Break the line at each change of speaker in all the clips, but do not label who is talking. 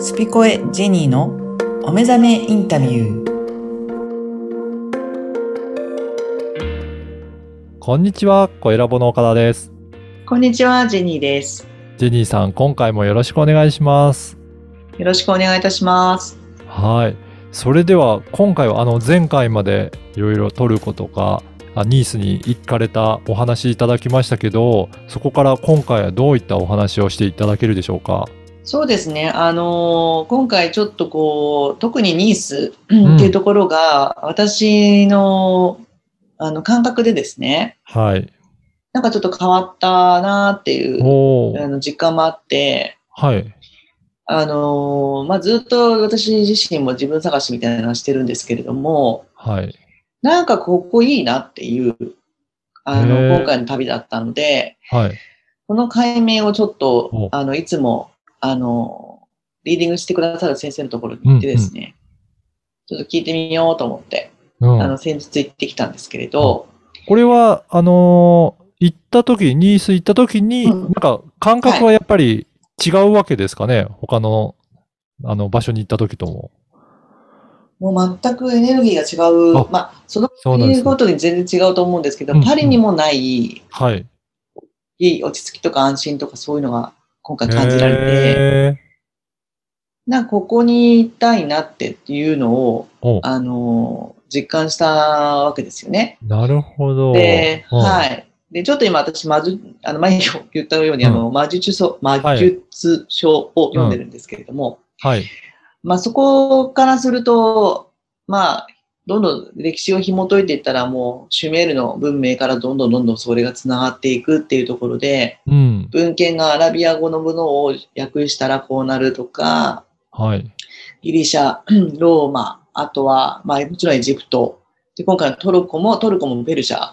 スピコエジェニーのお目覚めインタビュー。
こんにちは、小ラボの岡田です。
こんにちは、ジェニーです。
ジェニーさん、今回もよろしくお願いします。
よろしくお願いいたします。
はい。それでは、今回はあの前回までいろいろトルコとかあニースに行かれたお話いただきましたけど、そこから今回はどういったお話をしていただけるでしょうか。
そうですね。あのー今回ちょっとこう、特にニース
ん
っていうところが、私の、あの、感覚でですね、
はい。
なんかちょっと変わったなっていう、
お
あ
ー。
の、実感もあって、
はい。
あのーまあ、ずっと私自身も自分探しみたいなのしてるんですけれども、
はい。
なんかここいいなっていう、あ
へ
の、
ー
今回の旅だったので、
はい。
この解明をちょっ
お
と、あの、いつも、あの、リーディングしてくださる先生のところに行ってですね、ちょっと聞いてみようと思って、
う
あの、
ん。
先日行ってきたんですけれど、
これは、あのー行った時、ニース行った時に、
うん
なんか感覚はやっぱり違うわけですかね。他の、あの、場所に行った時とも。
もう全くエネルギーが違う、
あ
まあ、その
そうなんですね
国ごとに全然違うと思うんですけど、
うん
パリにもない、
はい。
いい落ち着きとか安心とかそういうのが今回感じられて、
て。
なんかここに行きたいなっていうのを、
お
あの、実感したわけですよね。
なるほど。
で、
うん
はい。で、ちょっと今私、魔術、あの、前に言ったように、あの、魔術書、魔術書を読んでるんですけれども、
はい。
まあそこからすると、まあ、どんどん歴史を紐解いていったら、もう、シュメールの文明からどんどんどんどんそれが繋がっていくっていうところで、
うん。
文献がアラビア語のものを訳したらこうなるとか、
はい。
ギリシャ、ローマ、あとは、まあ、もちろんエジプト。で、今回のトルコも、トルコもペルシャ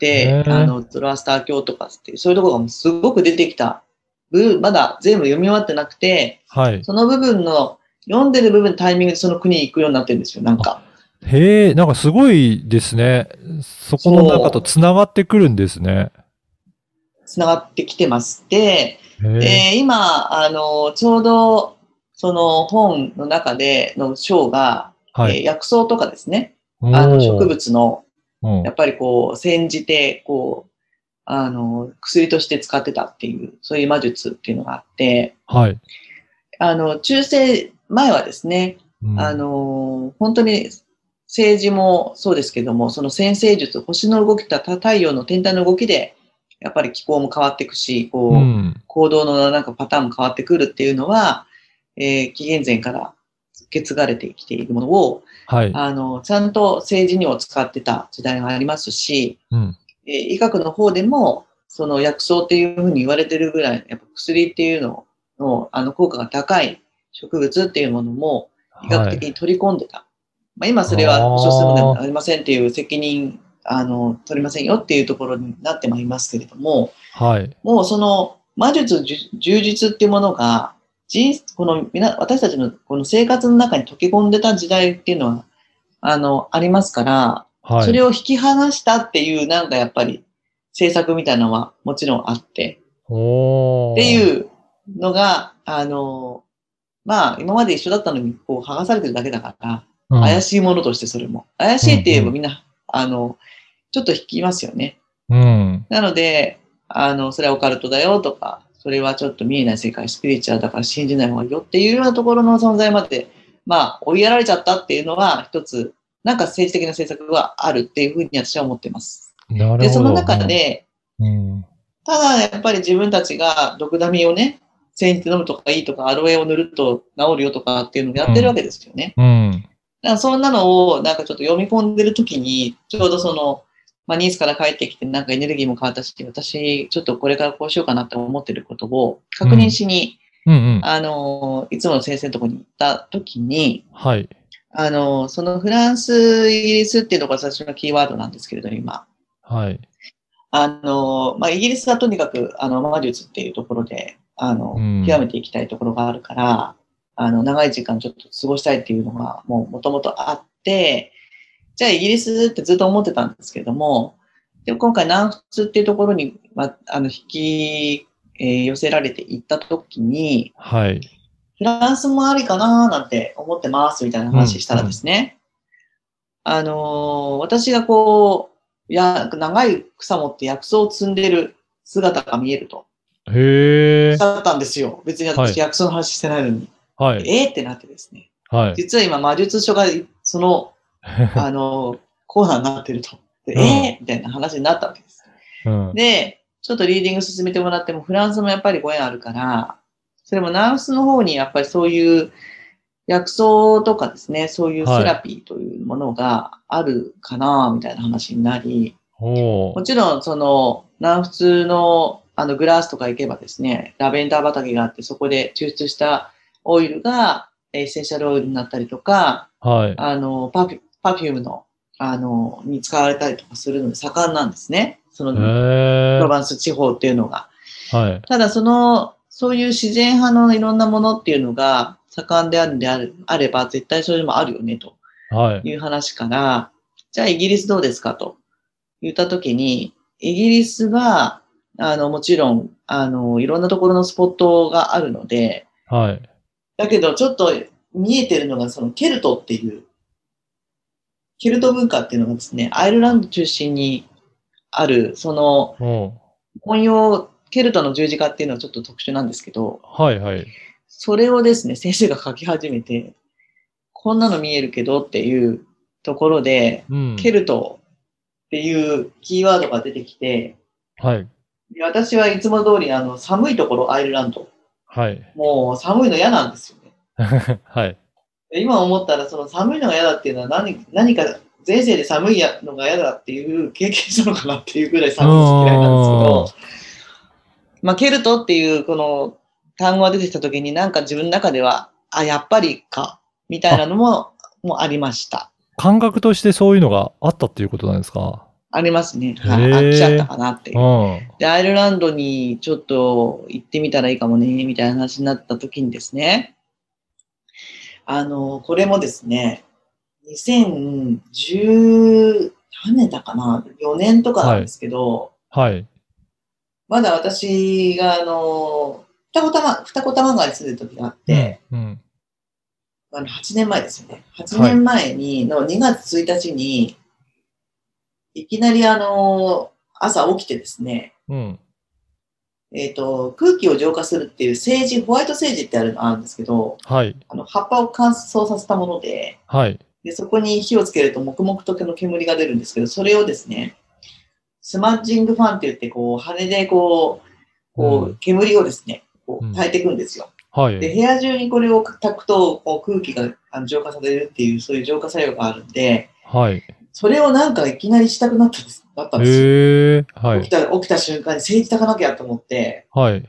へ
で、
ー
あの、ゾロアスター教とかっていう、そういうところがもうすごく出てきた。ぶまだ全部読み終わってなくて、
はい。
その部分の、読んでる部分のタイミングでその国に行くようになってるんですよ、なんか。
へえ、なんかすごいですね。そこの中と繋がってくるんですね。
つながってきてまして、
へえ。
で、今、あの、ちょうど、その本の中での章が、
はい。
えー薬草とかですね、
あ
あの植物の
物
やっぱりこう、煎じて、こう、あの、薬として使ってたっていう、そういう魔術っていうのがあって、
はい。
あの、中世前はですね、
うん
あ、の、本当に政治もそうですけども、その先生術、星の動きと太陽の天体の動きで、やっぱり気候も変わっていくし、こう、
うん。
行動のなんかパターンも変わってくるっていうのは、えー紀元前から受け継がれてきているものを、
はい。
あの、ちゃんと政治にも使ってた時代がありますし、
うん
えー医学の方でも、その薬草っていうふうに言われてるぐらい、やっぱ薬っていうのの、あの、効果が高い植物っていうものも、医学的に取り込んでた。まあ、今それは保証するものではありませんっていう責任、あの、取りませんよっていうところになってまいりますけれども、
はい。はい。
もうその魔術じゅ充実っていうものが、人このみな私たちのこの生活の中に溶け込んでた時代っていうのは、あの、ありますから、
はい。
それを引き離したっていう、なんかやっぱり政策みたいなのはもちろんあって、
おー
っていうのが、あの、まあ、今まで一緒だったのに、こう、剥がされてるだけだから、
うん。
怪しいものとしてそれも。怪しいって言え
うんう
ば
ん
みんな、あの、ちょっと引きますよね。
うん。
なので、あの、それはオカルトだよとか、それはちょっと見えない世界、スピリチュアルだから信じない方がいいよっていうようなところの存在まで、まあ、追いやられちゃったっていうのは、一つ、なんか政治的な政策はあるっていうふうに私は思ってます。
なるほど。
で、その中で、
うん、
ただやっぱり自分たちが毒ダミをね、煎じて飲むとかいいとか、アロエを塗ると治るよとかっていうのをやってるわけですよね。
うん。うん。
だからそんなのをなんかちょっと読み込んでるときに、ちょうどその、まあ、ニースから帰ってきてなんかエネルギーも変わったし、私ちょっとこれからこうしようかなって思ってることを確認しに、
うん。
あの、いつもの先生のところに行ったときに、
はい。
あの、そのフランス、イギリスっていうのが私のキーワードなんですけれど、今。
はい。
あの、まあ、イギリスはとにかく、あの、魔術っていうところで、あの、
うん
極めていきたいところがあるから、あの、長い時間ちょっと過ごしたいっていうのが、もう、もともとあって、じゃあイギリスってずっと思ってたんですけども、でも今回南仏っていうところに、まあ、あの、引き、えー寄せられていったときに、
はい。
フランスもありかなーなんて思ってますみたいな話したらですね、あのー私がこう、や、長い草持って薬草を積んでる姿が見えると。
へえ。
だったんですよ。別に
はい
私薬草の話してないのに。
はい。
えーってなってですね。
はい。
実は今、魔術書が、その、あの、コーナーになってると。で
うん
えーみたいな話になったわけです。
うん。
で、ちょっとリーディング進めてもらっても、フランスもやっぱりご縁あるから、それもナースの方にやっぱりそういう薬草とかですね、そういうセラピーというものがあるかな、みたいな話になり、
お
も
ー
ちろん、その、南仏の、あの、グラスとか行けばですね、ラベンダー畑があって、そこで抽出したオイルが、エッセンシャルオイルになったりとか、
はい。
あの、パフュパフュームの、あの、に使われたりとかするので盛んなんですね。その、
へ
プ
え。
ロバンス地方っていうのが。
はい。
ただ、その、そういう自然派のいろんなものっていうのが盛んであるんであるあれば、絶対それもあるよね、と。
はい。
いう話から、じゃあイギリスどうですかと言ったときに、イギリスは、あの、もちろん、あの、いろんなところのスポットがあるので、
はい。
だけどちょっと見えてるのがそのケルトっていう、ケルト文化っていうのがですね、アイルランド中心にある、その、
おー
本用、ケルトの十字架っていうのはちょっと特殊なんですけど、
はい。はい。
それをですね、先生が書き始めて、こんなの見えるけどっていうところで、
うん。
ケルトっていうキーワードが出てきて、
はい。
で私はいつも通りあの寒いところ、アイルランド。
はい。
もう寒いの嫌なんですよね。
はい。
で今思ったら、その寒いのが嫌だっていうのは何何か前世で寒いやのが嫌だっていう経験したのかなっていうぐらい寒いの嫌いなんですけど、まあ、ケルトっていうこの単語が出てきた時になんか自分の中では、あ、やっぱりか、みたいなのも、もうありました。
感覚としてそういうのがあったっていうことなんですか
ありますね。はい、
へー
あっちゃったかなっていう
う。ん。
で、アイルランドにちょっと行ってみたらいいかもね、みたいな話になった時にですね、あの、これもですね、2010、何年だかな ?4 年とかなんですけど、
はい。
まだ私が、あの、二子玉、二子玉川に住んでる時があって、
うん。
あの8年前ですよね。8年前に、の2月1日に、いきなりあの、朝起きてですね、
うん。
えっと空気を浄化するっていうセージ、ホワイトセージってあるのあるんですけど、
はい。
あの葉っぱを乾燥させたもので
はい。
で、そこに火をつけると黙々との煙が出るんですけど、それをですね、スマッジングファンって言って、こう、羽でこう、こ
う
う煙をですね、こう
うん
焚いていくんですよ。
は
で、
い。
部屋中にこれを焚くと、こう空気があの浄化されるっていう、そういう浄化作用があるんで、
はい。
それをなんかいきなりしたくなったんですなったんですよ。
へえ。は
起き
い。
た起きた瞬間に政治炊かなきゃと思って、
はい。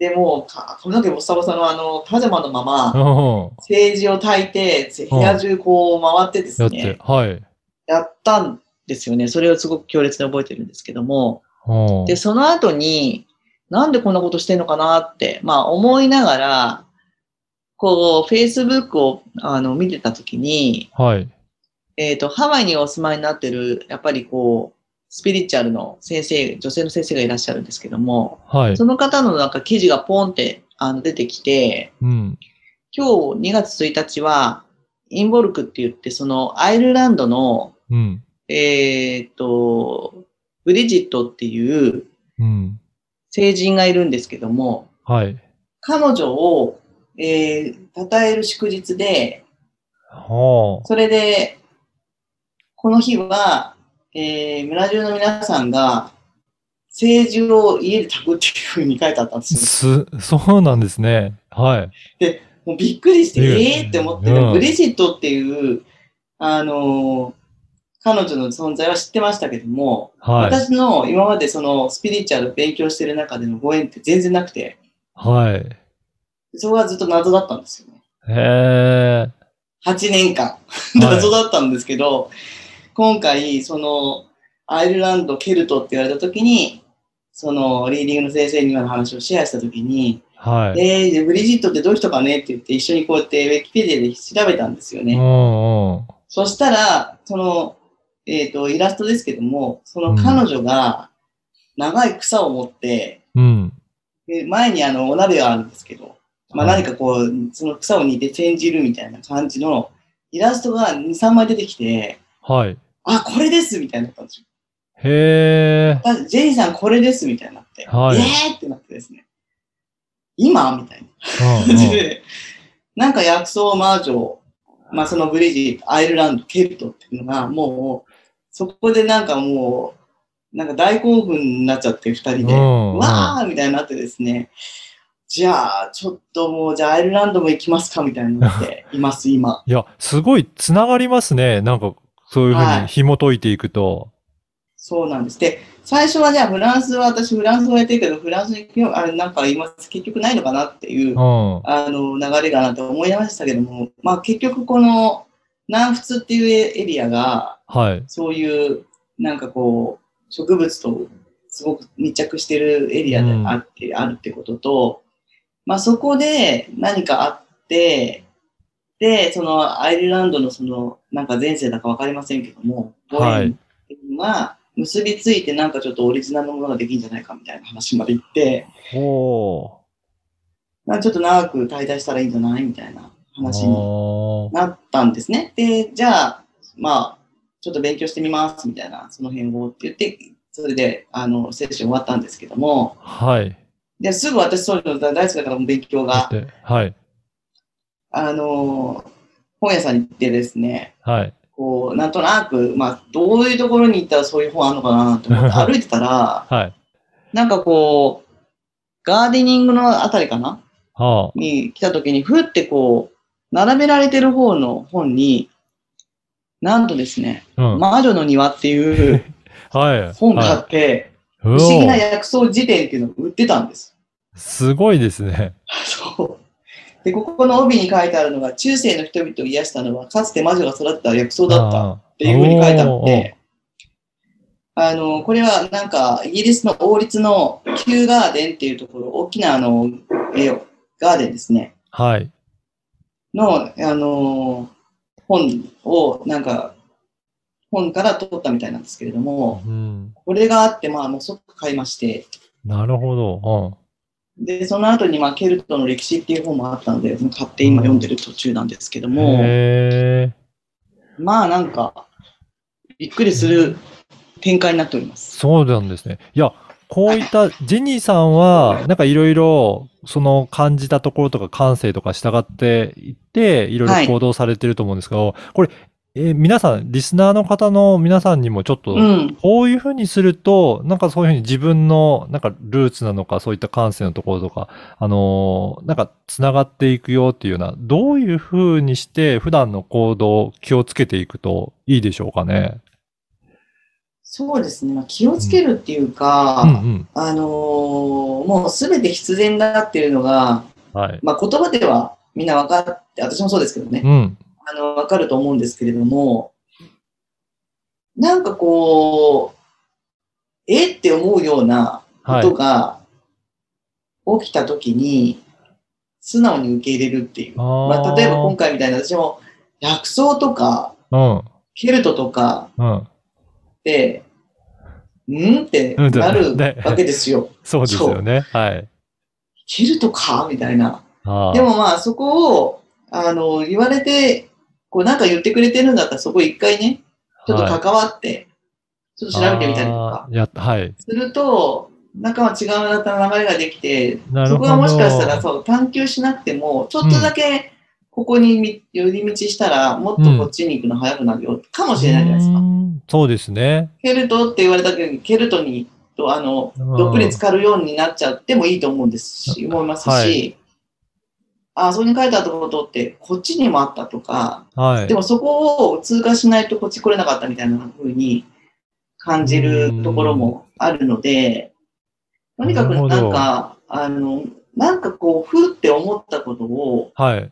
で、もうか髪の毛ボッサボサのあの、パジャマのま
う
ま、
ん。
政治を炊いて、部屋中こう回ってです
やっ
ね
て。、はい。
やったんですよね。それをすごく強烈に覚えてるんですけども。
うん
で、その後に、なんでこんなことしてんのかなって、まあ思いながら、こう、Facebook をあの見てたときに、
はい。
えっ、と、ハワイにお住まいになってる、やっぱりこう、スピリチュアルの先生、女性の先生がいらっしゃるんですけども、
はい。
その方のなんか記事がポンってあの出てきて、
うん。
今日2月1日は、インボルクって言って、そのアイルランドの、
うん。
えーっと、ブリジットっていう
うん。
成人がいるんですけども、
はい。
彼女を、えー、称える祝日で、
は
それで、この日は、えー、村中の皆さんが、政治を家で炊くっていうふうに書いてあったんで
あ。
すよ。
す、そうなんですね。はい。
もうびっくりして、
ねえ
ええー、って思って、
うん
でもブリジットっていう、あのー彼女の存在は知ってましたけども、
はい。
私の今までそのスピリチュアルを勉強してる中でのご縁って全然なくて、
はい。
そこはずっと謎だったんですよね。
へえ。
8年間、謎だったんですけど、今回、その、アイルランド、ケルトって言われた時に、その、リーディングの先生に今の話をシェアした時に、
はい。
えーでブリジットってどういう人かねって言って一緒にこうやってウィキペディアで調べたんですよね。
うんうん。
そしたら、その、えっ、と、イラストですけども、その彼女が長い草を持って、
うん。
で前にあの、お鍋があるんですけど、まあ、
はい
何かこう、その草を煮て煎じるみたいな感じのイラストが2、3枚出てきて、
はい。
あ、これですみたいになったんですよ。
へえ。
あジェイさんこれですみたいになって、
はい
えーってなってですね、今みたいな
うん
感じ
うん
で、なんか薬草魔女、まあそのブリジット、アイルランド、ケルトっていうのが、もう、そこでなんかもう、なんか大興奮になっちゃって、二 人で、
うんうん
わーみたいになってですね、じゃあ、ちょっともう、じゃあアイルランドも行きますかみたいに なって、います、今。
いや、すごいつながりますね。なんか、そういうふう
は
に
い
紐解いていくと。
そうなんです。で、最初はじゃあフランスは、私フランスもやってるけど、フランスに行くよ、あれなんか今、結局ないのかなっていう
う。ん。
あの流れがなと思いましたけども、まあ、結局この南仏っていうエリアが
はい。
そういうなんかこう植物とすごく密着してるエリアであって、あるってことと、まあ、そこで何かあってでそのアイルランドのそのなんか前世だか分かりませんけども
はい
ご縁っていうのが結びついてなんかちょっとオリジナルのものができるんじゃないかみたいな話まで行って。
ほ
まあちょっと長く滞在したらいいんじゃないみたいな
う。
話になったんですね。で、じゃあ、まあ、ちょっと勉強してみますみたいな、その辺をって言って、それで、あの、セッション終わったんですけども、
はい。
で、すぐ私、そういうの大好きだから、勉強
だっ
が、
てはい。
あの、本屋さんに行ってですね、
はい。
こう、なんとなく、まあ、どういうところに行ったらそういう本あるのかなと思って歩いてたら、
はい。
なんかこう、ガーデニングのあたりかな
は
に来た時に、ふってこう、並べられてる方の本に、なんとですね、
あ。うん。
魔女の庭っていう
はい。
本があ
はい
って、
うお
不思議な薬草辞典っていうのを売ってたんです。
すごいですね。
そう。で、ここの帯に書いてあるのが、中世の人々を癒したのは、かつて魔女が育てた薬草だったっ
あ
ていうふうに書いてあ
おー
っ
おー
て、あの、これはなんか、イギリスの王立のキューガーデンっていうところ、大きなあの、えーガーデンですね。
ーはい。
の、あのー本を、なんか、本から取ったみたいなんですけれども、
うん。
これがあって、まあ、もう即買いまして、
なるほど。
で、その後に、まあ、ケルトの歴史っていう本もあったので、買って今読んでる途中なんですけど
うん。
も、
へえ。
まあ、なんか、びっくりする展開になっております。
そうなんですね。いや、こうい った、ジェニーさんは、なんかいろいろ、その感じたところとか感性とか従っていって、いろ
はい
ろ
い
行動されてると思うんですけど、これ、えー皆さん、リスナーの方の皆さんにもちょっと、
うん。
こういうふうにすると、なんかそういうふうに自分の、なんかルーツなのか、そういった感性のところとか、あのーなんか繋がっていくよっていうような、どういうふうにして普段の行動気をつけていくといいでしょうかね。
そうですね。まあ、気をつけるっていうか、
うんうん。
あのーもうすべて必然だっていうのが、
はい。
まあ、言葉ではみんな分かって、私もそうですけどね、
うん。
あの、わかると思うんですけれども、なんかこう、えって思うようなこ
はい
と。が起きたときに、素直に受け入れるっていう。まあ、例えば今回みたいな私も薬草とか
あ
ケルトとか
ー、うん。うん。
で、んって
うん
なる
ね
わけですよ。
そうですよね。はい。
ケルトかみたいな。
あー
でもまあそこを、あの、言われて、こうなんか言ってくれてるんだったらそこ一回ね、ちょっと関わって、ちょっと調べてみたりとか
あーやはい。
すると、中は違う流れができて、
なるほど
そこはもしかしたらそう探求しなくても、ちょっとだけここにみ寄り道したら、もっとこっちに行くの早くなるよ、かもしれないじゃないです
うー
か。
んそうですね。
ケルトって言われたけど、ケルトに、とあの、
うん
どっぷり浸かるようになっちゃってもいいと思うんですし、思いますし、
はい
ああ、そこに書いてあったことって、こっちにもあったとか、
はい。
でもそこを通過しないとこっち来れなかったみたいな風に感じるところもあるので、とにか
な
く
る
な
ほ
ん
ど
か、あの、なんかこう、ふうって思ったことを
はい。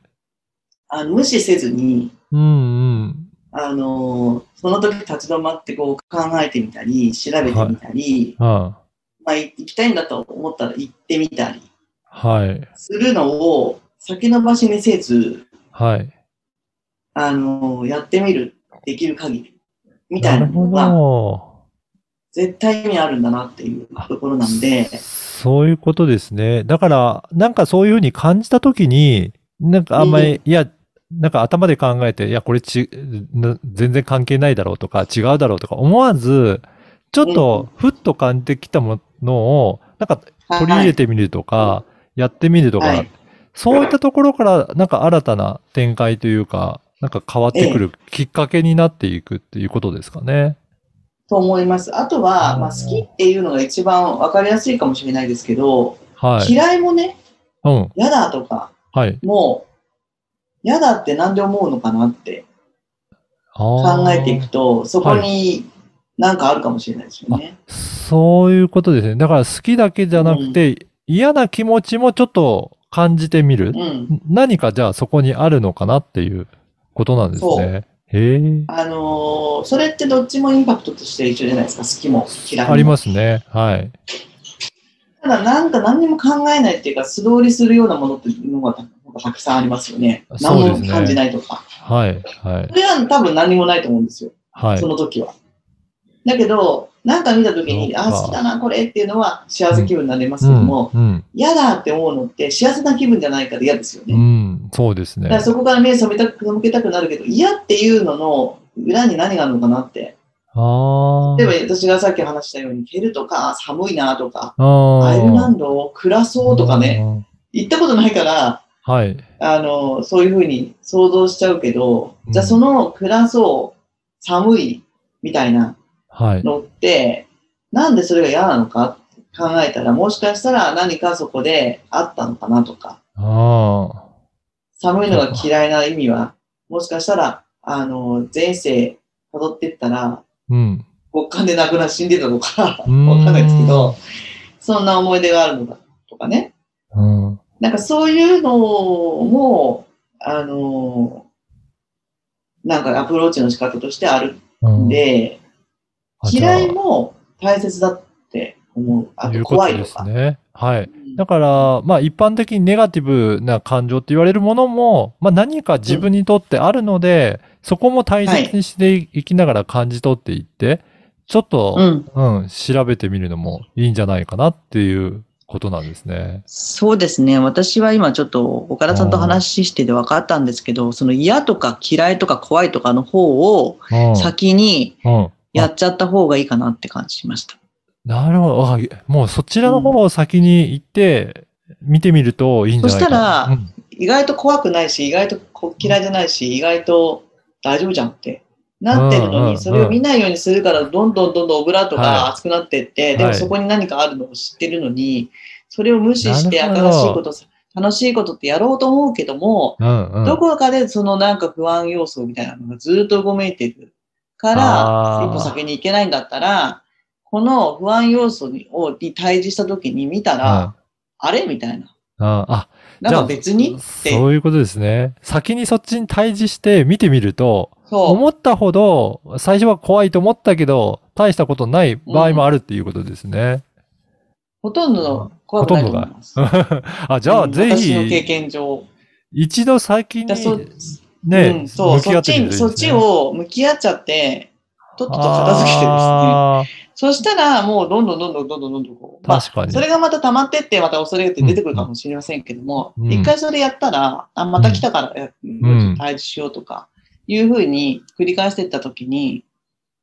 あの無視せずに、
うんうん。
あの、その時立ち止まってこう考えてみたり、調べてみたり、
うん。
まあ、行きたいんだと思ったら行ってみたり、
はい。
するのを先延ばしにせず、
はい。
あのやってみる、できる限り、みた
ない
な
るほ
のが、
ど。
絶対にあるんだなっていうところなんで、
そういうことですね。だから、なんかそういうふうに感じたときに、なんかあんまり、いや、なんか頭で考えて、いや、これち、な全然関係ないだろうとか、違うだろうとか思わず、ちょっと、ふっと感じてきたものを、なんか取り入れてみるとか、やってみるとか、
はい
そういったところから、なんか新たな展開というか、なんか変わってくるきっかけになっていくっていうことですかね。
と思います。あと
う
は、
ん
まあ、好きっていうのが一番わかりやすいかもしれないですけど、
はい。
嫌いもね、
うん。
嫌だとか、
はい。
もう、嫌だってなんで思うのかなって
考
考えていくと、そこになんかあるかもしれないですよね。
そういうことですね。だから好きだけじゃなくて、嫌な気持ちもちょっと感じてみる。
うん。
何かじゃあそこにあるのかなっていうことなんですね。へえ。
あのーそれってどっちもインパクトとして一緒じゃないですか、好きも嫌いも。
ありますね。はい。
ただ、なんか何にも考えないっていうか、素通りするようなものっていうのがたたくさんありますよね。何
そうです
も
ね
感じないとか。
はい。はい
そ。れは多分何もないと思うんですよ、
は
そ
い。
の時は。だけど、なんか見た時に、
そ
あ
うか
好きだな、これっていうのは幸せ気分になれます
う
けど
ん。
も、
うん。
嫌だって思うのって幸せな気分じゃないから嫌ですよね。
うん。そうですね
だか。らそこから目覚めたく、向けたくなるけど、嫌っていうのの裏に何があるのかなって。
あ
例えば私がさっき話したように、蹴るとか、寒いなとか、
あ。
アイルランドを暮らそうとかね、
ね。
行ったことないから、
はい。
あの、そういうふうに想像しちゃうけど、
うん
じゃあその暮らそう、寒いみたいな
はい。
のって、なんでそれが嫌なのかって考えたら、もしかしたら何かそこであったのかなとか、
ああ。
寒いのが嫌いな意味は、もしかしたら、あの、前世辿ってったら、
うん。
極寒で亡くな死んでたとか、わか
うんん
ないですけど、そんな思い出があるのかとかね。
うん。
なんかそういうのも、あの、なんかアプローチの仕方としてある
うん
んで、
あじゃあ
嫌いも大切だって思う。あ
い
と
うこ
怖
と
い
で
と
す
か。
ね。はい。
うん
だから、まあ一般的にネガティブな感情って言われるものも、まあ何か自分にとってあるので、そこも大切にしていきながら感じ取っていって、ちょっ
う
と、
ん。
うん、調べてみるのもいいんじゃないかなっていうことなんですね。
そうですね。私は今ちょっと岡田さんと話してて分かったんですけど、その嫌とか嫌いとか怖いとかの方を
うん。
先に
うん、
やっちゃった方がいいかなって感じしました。
なるほど。あもうそちらの方を先に行って、見てみるといいんじゃないかな。
そ意外と怖くないし、意外とこ嫌いじゃないし、意外と大丈夫じゃんって。なって
う
る
んう
の
んうん
に、それを見ないようにするから、どんどんどんどんオブラート
は
が
い
熱くなってって、
い
でもそこに何かあるのを知ってるのに、それを無視して
なる
新
ほ
しい
ど
こと、楽しいことってやろうと思うけども、
うん、うん、うん。
どこかでそのなんか不安要素みたいなのがずっとうごめいてるか
あ
ら、
ー
一歩先に行けないんだったら、この不安要素にをに対峙した時に見た
うん、
ら、あれみたいな。
うんあ、
なんか別にって、
そういうことですね。先にそっちに対峙して見てみると、
そう。
思ったほど、最初は怖いと思ったけど、大したことない場合もあるっていうことですね。
ほとんどの怖くないと思います。
あ、じゃ
う
あ、
ん
ぜ
私の経
ひ、
験上。
一度最近
だ
に
そう
ね、
うん、そう、
向き
そ
合
っ
って
ち
みる
に、
と
そ
いい
っ
ですね
ち、を向き合っちゃって、とっとと片付けてですね。
あ
そしたら、もうどんどんどんどんどんどんどんどんこう、 まあ
確かに
それがまた溜まってって、また恐れって出てくるかもしれませんけども、
うん
一回それやったら、あ、また来たからや、
ん
退治しようとか、いうふうに繰り返していったときに、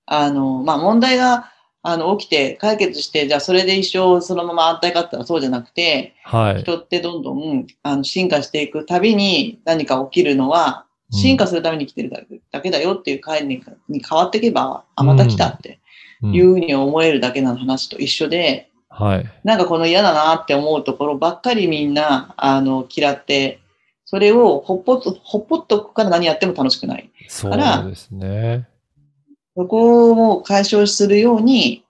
あの、まあ、問題が、あの、起きて解決して、じゃあそれで一生そのまま安泰かって言ったらそうじゃなくて、
ーはい。
人ってどんどん、あの、進化していくたびに何か起きるのは、
うん
進化するために生きてるだけだけだよっていう概念に変わっていけば、あ、また来たって
うん
いうふうに思えるだけの話と一緒で、
はい。
なんかこの嫌だなって思うところばっかりみんな、あの、嫌って、それをほっぽっと、ほっぽっとくから何やっても楽しくない。
そ
ら
うですね。
そこをもう解消するように、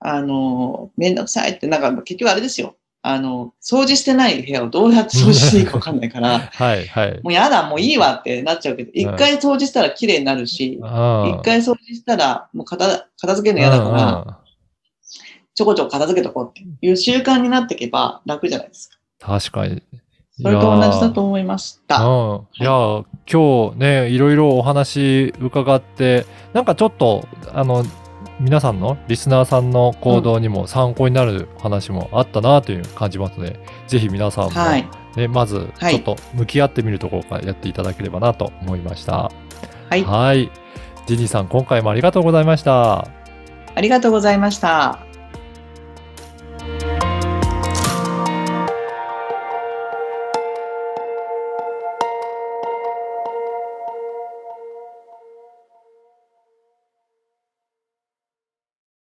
あの、めんどくさいって、なんか結局あれですよ。あの、掃除してない部屋をどうやって掃除していいかわかんないか ら、
はい、はい。
もうやだ、もういいわってなっちゃうけど、一回掃除したら綺麗になるし、
一
一回掃除したらもう片片付けるの嫌だから、
ら。
ちょこちょこ片付けとこうっていう習慣になっていけば楽じゃないですか。
確かに。
それと同じだと思いました。
うん。いやー、今日ね、いろいろお話伺って、なんかちょっと、あの、皆さんのリスナーさんの行動にも参考になる話もあったなという感じますので、ぜひ皆さんも、
はい。
ね、まず
は
ちょ
い
っと向き合ってみるところからやっていただければなと思いました。
はい。
はい。ジニーさん、今回もありがとうございました。
ありがとうございました。